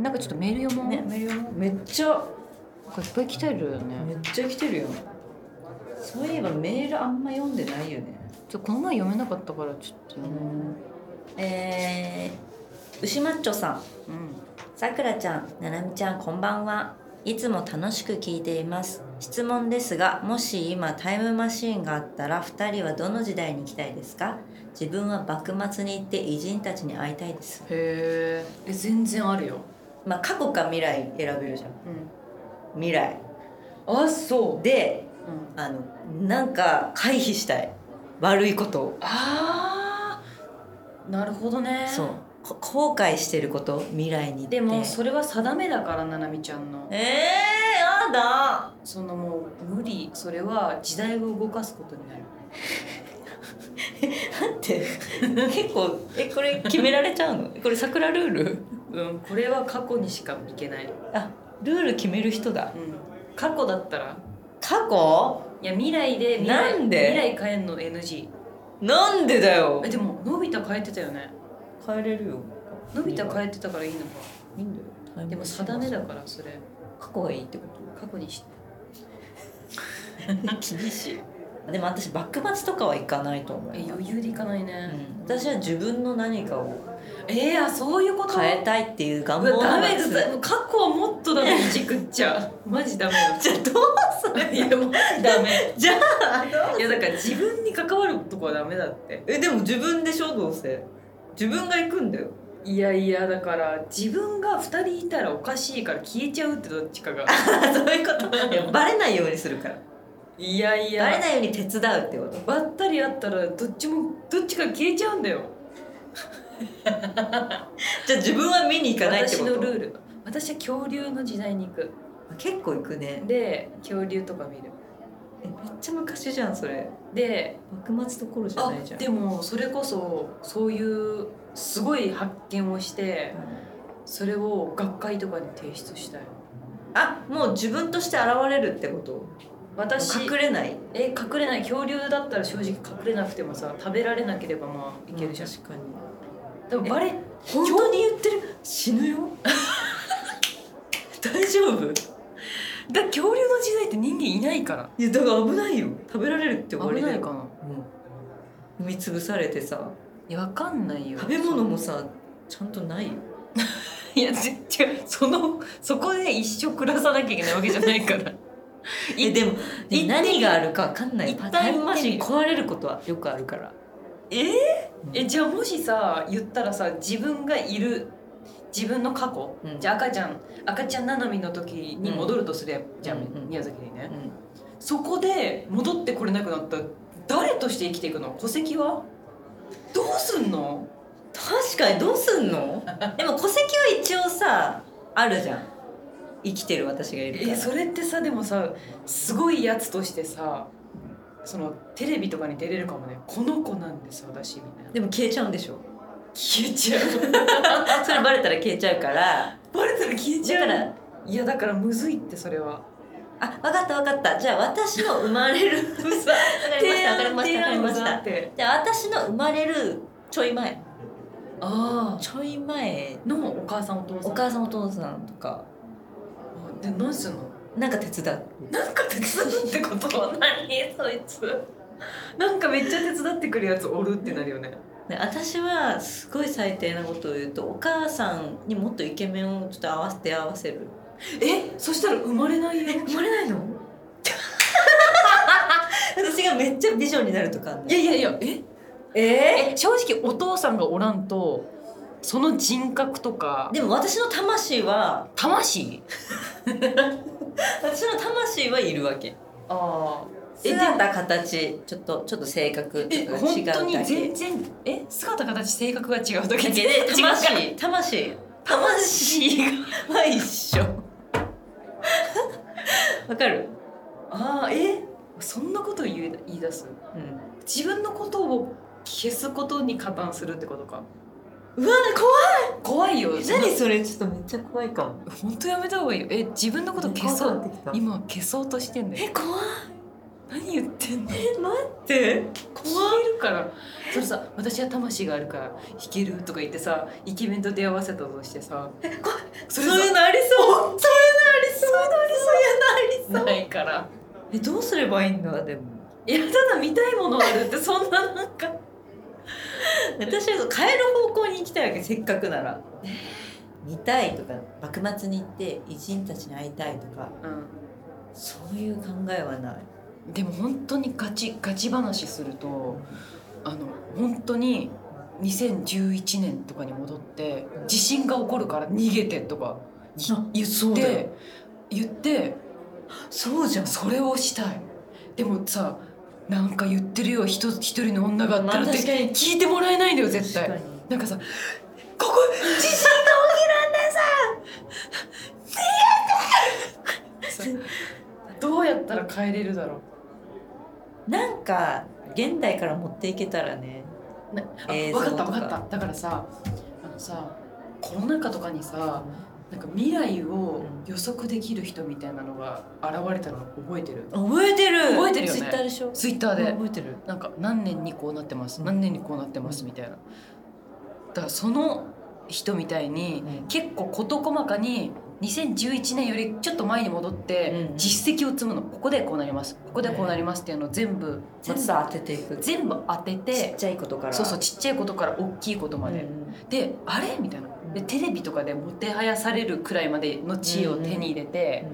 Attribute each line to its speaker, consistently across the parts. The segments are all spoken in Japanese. Speaker 1: なんかちょっとメール読もう、
Speaker 2: ねメール読もうめっちゃ
Speaker 1: なんかいっぱい来てるよね
Speaker 2: めっちゃ来てるよそういえばメールあんま読んでないよね
Speaker 1: ちょこの前読めなかったからちょっと読もう
Speaker 2: えー、牛マッチョさん
Speaker 1: うん
Speaker 2: さくらちゃん、ななみちゃん、こんばんは。いつも楽しく聞いています。質問ですが、もし今タイムマシーンがあったら、二人はどの時代に行きたいですか自分は幕末に行って偉人たちに会いたいです。
Speaker 1: へーえ全然あるよ、
Speaker 2: まあ、過去か未来選べるじゃん。
Speaker 1: うん、
Speaker 2: 未来。
Speaker 1: あそう、
Speaker 2: で、
Speaker 1: うん、
Speaker 2: あの、なんか回避したい。悪いことを。
Speaker 1: あーなるほどね
Speaker 2: そう。こ後悔してること、未来に行って。
Speaker 1: でもそれは定めだからななみちゃんの
Speaker 2: えー、やだ。
Speaker 1: そのもう無理それは時代を動かすことになる
Speaker 2: だって、 結構、え、これ決められちゃうのこれ桜ルール
Speaker 1: うんこれは過去にしかいけない、
Speaker 2: あルール決める人だ
Speaker 1: うん、過去だったら
Speaker 2: 過去
Speaker 1: いや未来で未来
Speaker 2: なんで
Speaker 1: 未来変えんの NG
Speaker 2: なんでだよ
Speaker 1: えでものび太変えてたよね
Speaker 2: 変えれるよ
Speaker 1: のび太変えてたからいいのか
Speaker 2: いいんだよ
Speaker 1: でも定めだからそれ
Speaker 2: 過去がいいってこ
Speaker 1: 過去にして
Speaker 2: と 厳しいでも私幕末とかは行かないと思う、
Speaker 1: え余裕でいかないね、
Speaker 2: うん、私は自分の何かを
Speaker 1: えー、あそういうこと
Speaker 2: 変えたいっていう願
Speaker 1: う
Speaker 2: 望
Speaker 1: わダメ
Speaker 2: んです
Speaker 1: だもう過去はもっとダメうち食っちゃ うマジダメだ
Speaker 2: じゃあどうする
Speaker 1: いやもうダ メ
Speaker 2: じゃ
Speaker 1: いやだから自分に関わるとこはダメだって
Speaker 2: えでも自分でしょどうせ自分が行くんだよ
Speaker 1: いやいやだから自分が2人いたらおかしいから消えちゃうってどっちかが
Speaker 2: そういうこといやバレないようにするから
Speaker 1: いやい
Speaker 2: バレ
Speaker 1: や
Speaker 2: ないように手伝うってこと
Speaker 1: ばったり会ったらどっちもどっちか消えちゃうんだよ
Speaker 2: じゃあ自分は見に行かないって
Speaker 1: 私
Speaker 2: こ
Speaker 1: の
Speaker 2: と
Speaker 1: ルール私は恐竜の時代に行く
Speaker 2: 結構行くね
Speaker 1: で恐竜とか見る
Speaker 2: えめっちゃ昔じゃんそれ
Speaker 1: で
Speaker 2: 幕末どころじゃ
Speaker 1: あ
Speaker 2: ないじゃん
Speaker 1: でもそれこそそういうすごい発見をしてそれを学会とかに提出したい
Speaker 2: あもう自分として現れるってこと
Speaker 1: 私
Speaker 2: 隠れない
Speaker 1: え隠れない恐竜だったら正直隠れなくてもさ食べられなければまあいけるじゃん、
Speaker 2: 確かに
Speaker 1: でもバレ
Speaker 2: 本当に言ってる死ぬ よ大丈夫
Speaker 1: だ恐竜の時代って人間いないから
Speaker 2: いやだから危ないよ食べられるって終わり
Speaker 1: 危
Speaker 2: だ
Speaker 1: な
Speaker 2: よ
Speaker 1: いかな
Speaker 2: うん踏み潰されてさ
Speaker 1: いやわかんないよ
Speaker 2: 食べ物もさちゃんとないよ
Speaker 1: いやぜ違うそのそこで一生暮らさなきゃいけないわけじゃない から
Speaker 2: えでもでも何があるか分かんない
Speaker 1: 一旦
Speaker 2: タイムマシン
Speaker 1: 行っ
Speaker 2: 壊れることはよくあるから
Speaker 1: えーえじゃあもしさ言ったらさ自分がいる自分の過去、
Speaker 2: うん
Speaker 1: じゃあ赤ちゃん赤ちゃんななみの時に戻るとするや、じゃん、
Speaker 2: うんうん
Speaker 1: 宮崎にね、
Speaker 2: うん
Speaker 1: そこで戻ってこれなくなったら誰として生きていくの戸籍はどうすんの
Speaker 2: 確かにどうすんのでも戸籍は一応さあるじゃん生きてる私がいるから
Speaker 1: えそれってさでもさすごいやつとしてさそのテレビとかに出れるかもねこの子なんです私みたいな
Speaker 2: でも消えちゃうんでしょ
Speaker 1: 消えちゃう
Speaker 2: それバレたら消えちゃうから
Speaker 1: バレたら消えちゃ
Speaker 2: だか
Speaker 1: う
Speaker 2: ら
Speaker 1: いやだからむずいってそれは
Speaker 2: あ分かった分かったじゃあ私の生ま れる分かりました分かりました分かりました
Speaker 1: て
Speaker 2: じゃあ私の生まれるちょい前
Speaker 1: あ
Speaker 2: ちょい前
Speaker 1: あのお母さんお父さん
Speaker 2: お母さんお父さんとか
Speaker 1: で何すんの
Speaker 2: なんか手伝う
Speaker 1: なんか手伝うってことは何そいつなんかめっちゃ手伝ってくるやつおるってなるよね
Speaker 2: で私はすごい最低なことを言うとお母さんにもっとイケメンをちょっと合わせて合わせる
Speaker 1: えそしたら生まれないよ
Speaker 2: 生まれないの私がめっちゃ美女になるとかあんの
Speaker 1: いやいやいやえ
Speaker 2: え
Speaker 1: 正直お父さんがおらんとその人格とか
Speaker 2: でも私の魂は
Speaker 1: 魂
Speaker 2: 私の魂はいるわけ
Speaker 1: ああえ
Speaker 2: 姿形ちょっとちょっと性格ちょ
Speaker 1: え
Speaker 2: っと違
Speaker 1: 本
Speaker 2: うだ
Speaker 1: 当
Speaker 2: け
Speaker 1: に全然え姿形性格が違うだけ
Speaker 2: だけで魂魂魂は一緒わかる、
Speaker 1: ああえそんなこと言い言い出す
Speaker 2: うん
Speaker 1: 自分のことを消すことに加担するってことか
Speaker 2: うわ
Speaker 1: 怖いよ
Speaker 2: 怖い何それちょっとめっちゃ怖いかも
Speaker 1: 本当やめた方がいいよえ自分のこと消そう
Speaker 2: 怖くなってきた
Speaker 1: 今消そうとしてんだよ
Speaker 2: え怖い
Speaker 1: 何言ってんの
Speaker 2: え待って
Speaker 1: 消えるからそれさ私は魂があるから弾けるとか言ってさイケメンと出会わせたとしてさ
Speaker 2: そ
Speaker 1: そうれさ
Speaker 2: いうのありそうそういうのありそうそういうのありそう
Speaker 1: ないから
Speaker 2: えどうすればいいんだでも
Speaker 1: いやただ見たいものあるってそんななんか
Speaker 2: 私は変える方向に行きたいわけせっかくなら見たいとか幕末に行って偉人たちに会いたいとか
Speaker 1: う
Speaker 2: そういう考えはない
Speaker 1: んでも本当にガチガチ話するとあの本当に2011年とかに戻って地震が起こるから逃げてとか
Speaker 2: あ
Speaker 1: 言
Speaker 2: そう
Speaker 1: っ
Speaker 2: だよ
Speaker 1: て言って
Speaker 2: そうじゃん
Speaker 1: それをしたいでもさなんか言ってるよ一一人の女があったらっ
Speaker 2: まあ確か
Speaker 1: て
Speaker 2: に
Speaker 1: 聞いてもらえないんだよ絶対
Speaker 2: 確かに
Speaker 1: なんかさここ地震が起きるんださどうやったら帰れるだろ
Speaker 2: なんか現代から持っていけたらね
Speaker 1: う、ね、あ
Speaker 2: 映
Speaker 1: 分
Speaker 2: 像
Speaker 1: かっ
Speaker 2: と
Speaker 1: た
Speaker 2: か
Speaker 1: 分かっただからさあのさコロナ禍とかにさなんか未来を予測できる人みたいなのが現れたの覚えてる
Speaker 2: 覚えてる
Speaker 1: 覚えてるよね
Speaker 2: ツイッターでしょ
Speaker 1: ツイッターで
Speaker 2: 覚えてる
Speaker 1: なんか何年にこうなってます
Speaker 2: うん
Speaker 1: 何年にこうなってます
Speaker 2: うん
Speaker 1: みたいなだからその人みたいに
Speaker 2: うん
Speaker 1: 結構事細かに2011年よりちょっと前に戻って
Speaker 2: うん
Speaker 1: 実績を積むのここでこうなりますここでこうなりますっていうのを全部
Speaker 2: 全部
Speaker 1: ま
Speaker 2: 当てていく
Speaker 1: ず全部当て
Speaker 2: ちってちゃいことから
Speaker 1: そうそうちっちゃいことから大きいことま
Speaker 2: うんう
Speaker 1: で
Speaker 2: ん
Speaker 1: であれみたいなで
Speaker 2: うん
Speaker 1: テレビとかでもてはやされるくらいまでの地位を手に入れて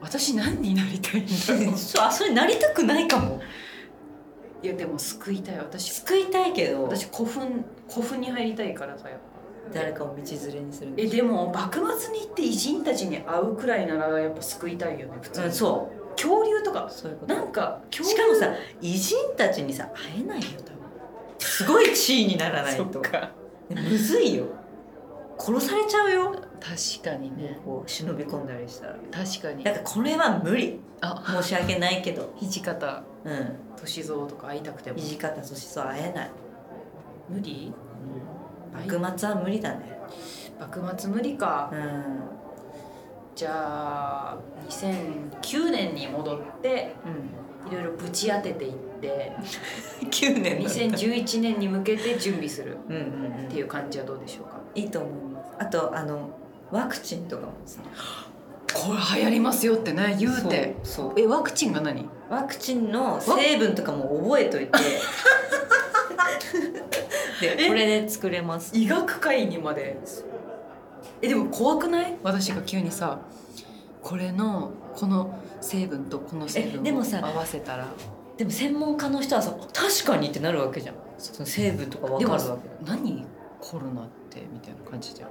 Speaker 1: 私何になりたいんだ
Speaker 2: う
Speaker 1: ろ
Speaker 2: ん
Speaker 1: う
Speaker 2: そうあそれなりたくないかも
Speaker 1: いやでも救いたい私
Speaker 2: 救いたいけど
Speaker 1: 私古墳古墳に入りたいからさやっぱ
Speaker 2: 誰かを道連れにするんで
Speaker 1: え
Speaker 2: し
Speaker 1: でも幕末に行って偉人たちに会うくらいならやっぱ救いたいよね普
Speaker 2: ょ
Speaker 1: 通、
Speaker 2: うんそう
Speaker 1: 恐竜とか
Speaker 2: そういうこと
Speaker 1: なんか恐竜
Speaker 2: しかもさ偉人たちにさ会えないよ多分すごい地位にならない
Speaker 1: そ
Speaker 2: と
Speaker 1: っか
Speaker 2: ねむずいよ殺されちゃうよ
Speaker 1: 確かにね
Speaker 2: こう忍び込んだりしたら
Speaker 1: 確かに
Speaker 2: だからこれは無理
Speaker 1: あ
Speaker 2: 申し訳ないけど
Speaker 1: 土方
Speaker 2: うん
Speaker 1: 歳三とか会いたくても
Speaker 2: 土方歳三会えない、
Speaker 1: 無理
Speaker 2: うん、幕末は無理だね
Speaker 1: 幕末無理か
Speaker 2: うん、
Speaker 1: じゃあ2009年に戻っていろいろぶち当ててい って
Speaker 2: うん、9年だった
Speaker 1: 2011年に向けて準備する
Speaker 2: うんうんうん
Speaker 1: っていう感じはどうでしょうか
Speaker 2: いいと思いますあとあのワクチンとかもさ
Speaker 1: これ流行りますよってね言うて
Speaker 2: そうそう
Speaker 1: えワクチンが何
Speaker 2: ワクチンの成分とかも覚え といてで
Speaker 1: え
Speaker 2: これで作れます
Speaker 1: 医学界にまでえでも怖くない私が急にさこれのこの成分とこの成
Speaker 2: えで
Speaker 1: 分を
Speaker 2: もさ
Speaker 1: 合わせたら
Speaker 2: でも専門家の人はさ確かにってなるわけじゃんその成分とかわか
Speaker 1: で
Speaker 2: る
Speaker 1: も
Speaker 2: わけ
Speaker 1: 何コロナってみたいな感じじゃん、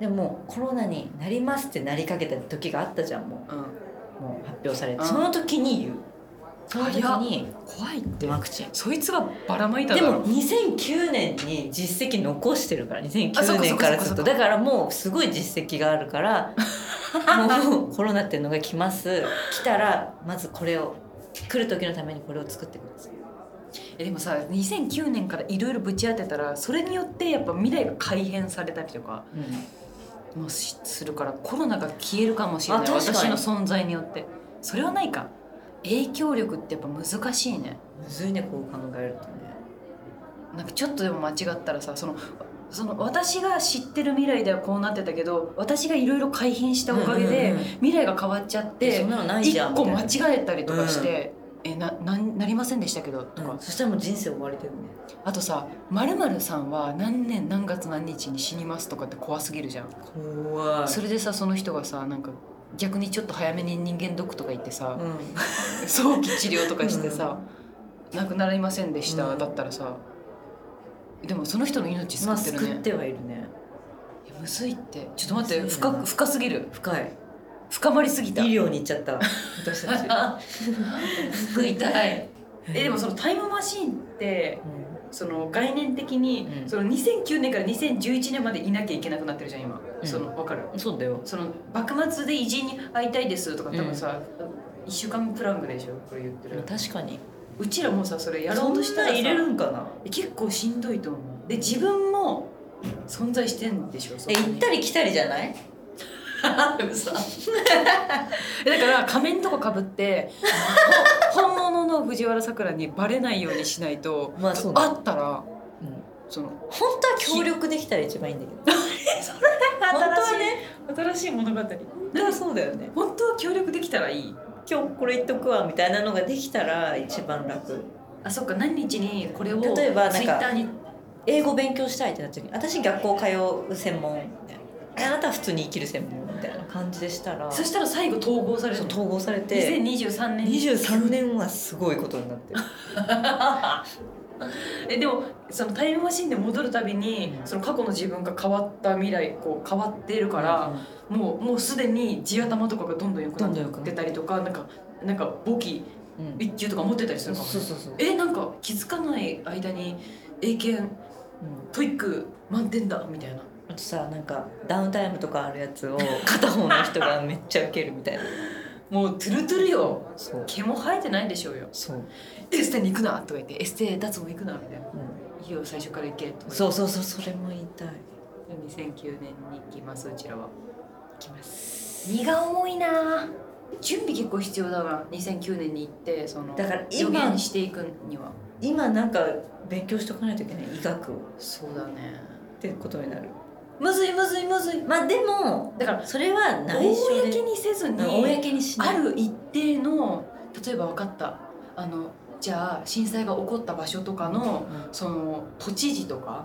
Speaker 2: でもコロナになりますってなりかけた時があったじゃんも
Speaker 1: うん、
Speaker 2: うもう発表されて
Speaker 1: うん
Speaker 2: その時に言うその時に
Speaker 1: 怖いって
Speaker 2: ワクチン
Speaker 1: そいつがばらまいた
Speaker 2: で
Speaker 1: だろ
Speaker 2: も2009年に実績残してるから
Speaker 1: あそっ
Speaker 2: 2009
Speaker 1: かそ
Speaker 2: 年
Speaker 1: っかそ
Speaker 2: か
Speaker 1: っ
Speaker 2: ら
Speaker 1: か
Speaker 2: ず
Speaker 1: そっか
Speaker 2: っとだからもうすごい実績があるから もうコロナっていうのが来ます来たらまずこれを来る時のためにこれを作ってください
Speaker 1: えでもさ2009年からいろいろぶち当てたらそれによってやっぱ未来が改変されたりとかもしするからコロナが消えるかもしれない
Speaker 2: あ確かに
Speaker 1: 私の存在によってそれはないか影響力ってやっぱ難しいね
Speaker 2: むずいねこう考えるとね
Speaker 1: なんかちょっとでも間違ったらさそのその私が知ってる未来ではこうなってたけど私がいろいろ改変したおかげで、
Speaker 2: うんうんうん
Speaker 1: 未来が変わっちゃっ
Speaker 2: でそ
Speaker 1: て
Speaker 2: んなのないじ
Speaker 1: 一
Speaker 2: ゃん
Speaker 1: 個
Speaker 2: みた
Speaker 1: 間
Speaker 2: いな
Speaker 1: 違えたりとかして、えななんなりませんでしたけどとか、
Speaker 2: うんそしたらもう人生終わりだよね
Speaker 1: あとさ「まるさんは何年何月何日に死にます」とかって怖すぎるじゃん。
Speaker 2: 怖い
Speaker 1: それでさその人がさなんか逆にちょっと早めに人間ドックとか行ってさ、
Speaker 2: うん
Speaker 1: 早期治療とかしてさ「亡くなりませんでした」
Speaker 2: うん
Speaker 1: だったらさでもその人の命
Speaker 2: ま
Speaker 1: 救って
Speaker 2: あ
Speaker 1: るね。
Speaker 2: 救ってはいるね
Speaker 1: いやむずいってちょっと待って
Speaker 2: むずいな
Speaker 1: 深く深すぎる
Speaker 2: 深い
Speaker 1: 深まりすぎ
Speaker 2: 医
Speaker 1: た
Speaker 2: 療に行っちゃった私たち
Speaker 1: 救 いたいえでもそのタイムマシーンって
Speaker 2: うん
Speaker 1: その概念的に、
Speaker 2: うん
Speaker 1: その2009年から2011年までいなきゃいけなくなってるじゃん今、
Speaker 2: うん
Speaker 1: そのわかる
Speaker 2: そうだよ
Speaker 1: その幕末で偉人に会いたいですとか多分さ、一1週間プラングでしょこれ言ってる
Speaker 2: 確かに
Speaker 1: うちらもさそれやろうとしたらさ
Speaker 2: そんな入れるんかな
Speaker 1: 結構しんどいと思うで自分も存在してんでしょそこ
Speaker 2: え
Speaker 1: に
Speaker 2: 行ったり来たりじゃない
Speaker 1: 嘘だから仮面とかかぶってほ本物の藤原さくらにバレないようにしないと
Speaker 2: まあそう
Speaker 1: 会
Speaker 2: だ、
Speaker 1: ったら
Speaker 2: うん、
Speaker 1: その
Speaker 2: 本当は協力できたら一番いいんだけど
Speaker 1: そ
Speaker 2: 本当は
Speaker 1: 新
Speaker 2: ね
Speaker 1: しい物語
Speaker 2: 本当はそうだよね
Speaker 1: 本当は協力できたらいい
Speaker 2: 今日これ言っとくわみたいなのができたら一番楽
Speaker 1: あそっか何日にこれを
Speaker 2: 例えばなんか
Speaker 1: ツイッターに
Speaker 2: 英語勉強したいってなった時に私学校通う専門であ なたは普通に生きる専門みたいな感じでしたら
Speaker 1: そしたら最後統合される
Speaker 2: そう
Speaker 1: の
Speaker 2: 統合されて
Speaker 1: 2023年
Speaker 2: 23年はすごいことになってる
Speaker 1: えでもそのタイムマシンで戻るたびにその過去の自分が変わった未来こう変わっているから、もうもうすでに地頭とかがどんどん良くな
Speaker 2: どんどん良くな
Speaker 1: っ
Speaker 2: って
Speaker 1: たりとかなんかなんか簿記
Speaker 2: うんうん
Speaker 1: 一級とか持ってたりす
Speaker 2: そう
Speaker 1: るかも
Speaker 2: そうそう、
Speaker 1: えなんか気づかない間に英検
Speaker 2: うん
Speaker 1: トイック満点だみたいな
Speaker 2: あとさなんかダウンタイムとかあるやつを片方の人がめっちゃウケるみたいな
Speaker 1: もうトゥルトゥルよ
Speaker 2: そう
Speaker 1: 毛も生えてないでしょうよ
Speaker 2: そう、
Speaker 1: エステに行くなとか言ってエステ脱毛行くなみたいな
Speaker 2: う
Speaker 1: いいよ最初から行けとか言っ
Speaker 2: ん、
Speaker 1: て
Speaker 2: そうそうそうそれも言いたい
Speaker 1: 2009年に行きますうちらは
Speaker 2: 行きます
Speaker 1: 荷が重いな準備結構必要だな2009年に行ってその
Speaker 2: だから
Speaker 1: 予
Speaker 2: 今
Speaker 1: 言していくには
Speaker 2: 今なんか勉強しとかないといけない医学をっ
Speaker 1: そうだね
Speaker 2: てことになる
Speaker 1: むずいむずいむずい
Speaker 2: まあでも
Speaker 1: だから
Speaker 2: それは内緒で
Speaker 1: 公にせずに
Speaker 2: 公にしない
Speaker 1: ある一定の例えば分かったあのじゃあ震災が起こった場所とかのその都知事とか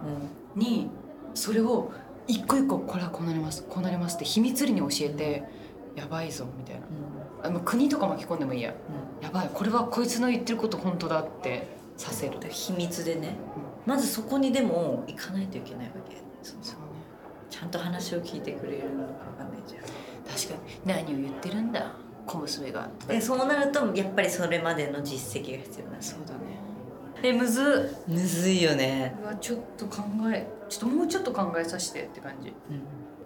Speaker 2: う
Speaker 1: にそれを一個一個これはこうなりますこうなりますって秘密裏に教えてやばいぞみたいなん
Speaker 2: うん
Speaker 1: あの国とか巻き込んでもいいや
Speaker 2: うん
Speaker 1: やばいこれはこいつの言ってること本当だってさせる
Speaker 2: だから秘密でねまずそこにでも行かないといけないわけそうそうちゃんと話を聞いてくれるのかわかんないじゃん
Speaker 1: 確かに何を言ってるんだ小娘がとか
Speaker 2: でそうなるとやっぱりそれまでの実績が必要なんです
Speaker 1: そ
Speaker 2: よ
Speaker 1: うだねえむずっ
Speaker 2: むずいよね、
Speaker 1: うわちょっと考えちょっともうちょっと考えさせてって感じ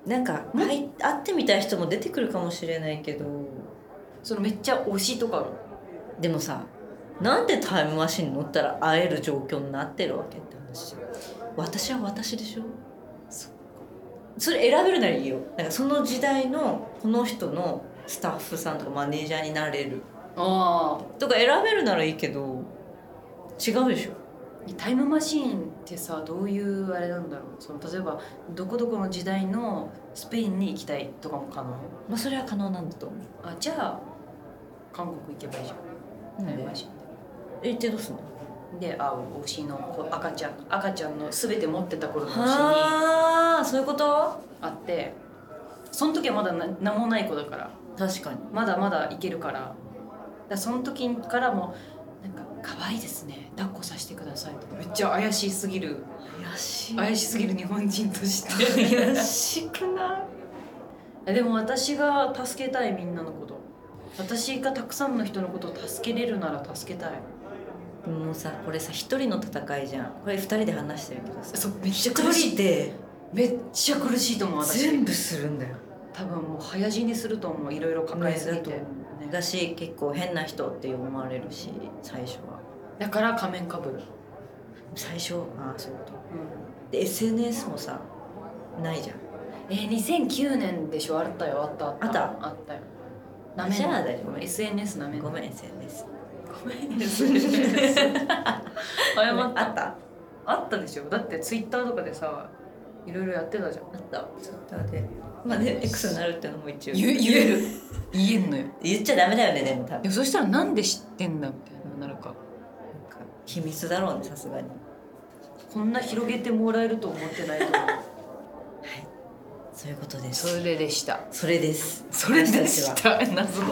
Speaker 2: なんか
Speaker 1: うん
Speaker 2: 会い会ってみたい人も出てくるかもしれないけど
Speaker 1: そのめっちゃ推しとか
Speaker 2: でもさなんでタイムマシンに乗ったら会える状況になってるわけって話じゃん私は私でしょそれ選べるならいいよなんかその時代のこの人のスタッフさんとかマネージャーになれる
Speaker 1: あ
Speaker 2: とか選べるならいいけど違うでしょ
Speaker 1: タイムマシーンってさどういうあれなんだろうその例えばどこどこの時代のスペインに行きたいとかも可能
Speaker 2: まあそれは可能なんだと思
Speaker 1: あじゃあ韓国行けばいいじゃん
Speaker 2: う
Speaker 1: タイム
Speaker 2: な
Speaker 1: マ
Speaker 2: んで
Speaker 1: シーンで
Speaker 2: えってどうすんの
Speaker 1: であおしのこう赤ちゃん赤ちゃんの全て持ってた頃の推しに
Speaker 2: はあそういうこと
Speaker 1: あってその時はまだな何もない子だから
Speaker 2: 確かに
Speaker 1: まだまだいけるからだからその時からもなんか可愛いですね抱っこさせてくださいとかめっちゃ怪しすぎる
Speaker 2: 怪しい
Speaker 1: 怪しすぎる日本人とし
Speaker 2: 怪
Speaker 1: て
Speaker 2: しくない
Speaker 1: えでも私が助けたいみんなのこと私がたくさんの人のことを助けれるなら助けたい
Speaker 2: もうさこれさ一人の戦いじゃんこれ二人で話してるけどさ
Speaker 1: そうめっちゃ
Speaker 2: 一
Speaker 1: 苦し
Speaker 2: 人
Speaker 1: い
Speaker 2: で
Speaker 1: めっちゃ苦しいと思う私
Speaker 2: 全部するんだよ
Speaker 1: 多分もう早死にすると思ういろいろ抱えすぎて、
Speaker 2: ね
Speaker 1: ね
Speaker 2: だし結構変な人って思われるし最初は
Speaker 1: だから仮面かぶる、
Speaker 2: 最初ああそういうことで SNS もさないじゃん
Speaker 1: えー、2009年でしょあったよあったあった
Speaker 2: あった
Speaker 1: あったよ
Speaker 2: あ
Speaker 1: なめん
Speaker 2: じゃあ
Speaker 1: な
Speaker 2: 大丈夫ごめん
Speaker 1: SNS なめんな
Speaker 2: ごめん SNS
Speaker 1: ごめん SNS 謝っ
Speaker 2: あ
Speaker 1: た
Speaker 2: った
Speaker 1: あったでしょだってツイッターとかでさいろいろやってたじゃんあった
Speaker 2: だってまあね X になるってのも一応
Speaker 1: る言えんのよ
Speaker 2: 言っちゃダメだよねでも多分
Speaker 1: でもそしたらなんで知ってんだみたいななるか
Speaker 2: なんか秘密だろうねさすがに
Speaker 1: こんな広げてもらえると思ってないと思う
Speaker 2: そういうことです
Speaker 1: それでした
Speaker 2: それです
Speaker 1: それで
Speaker 2: 私た
Speaker 1: し
Speaker 2: ちは
Speaker 1: た謎の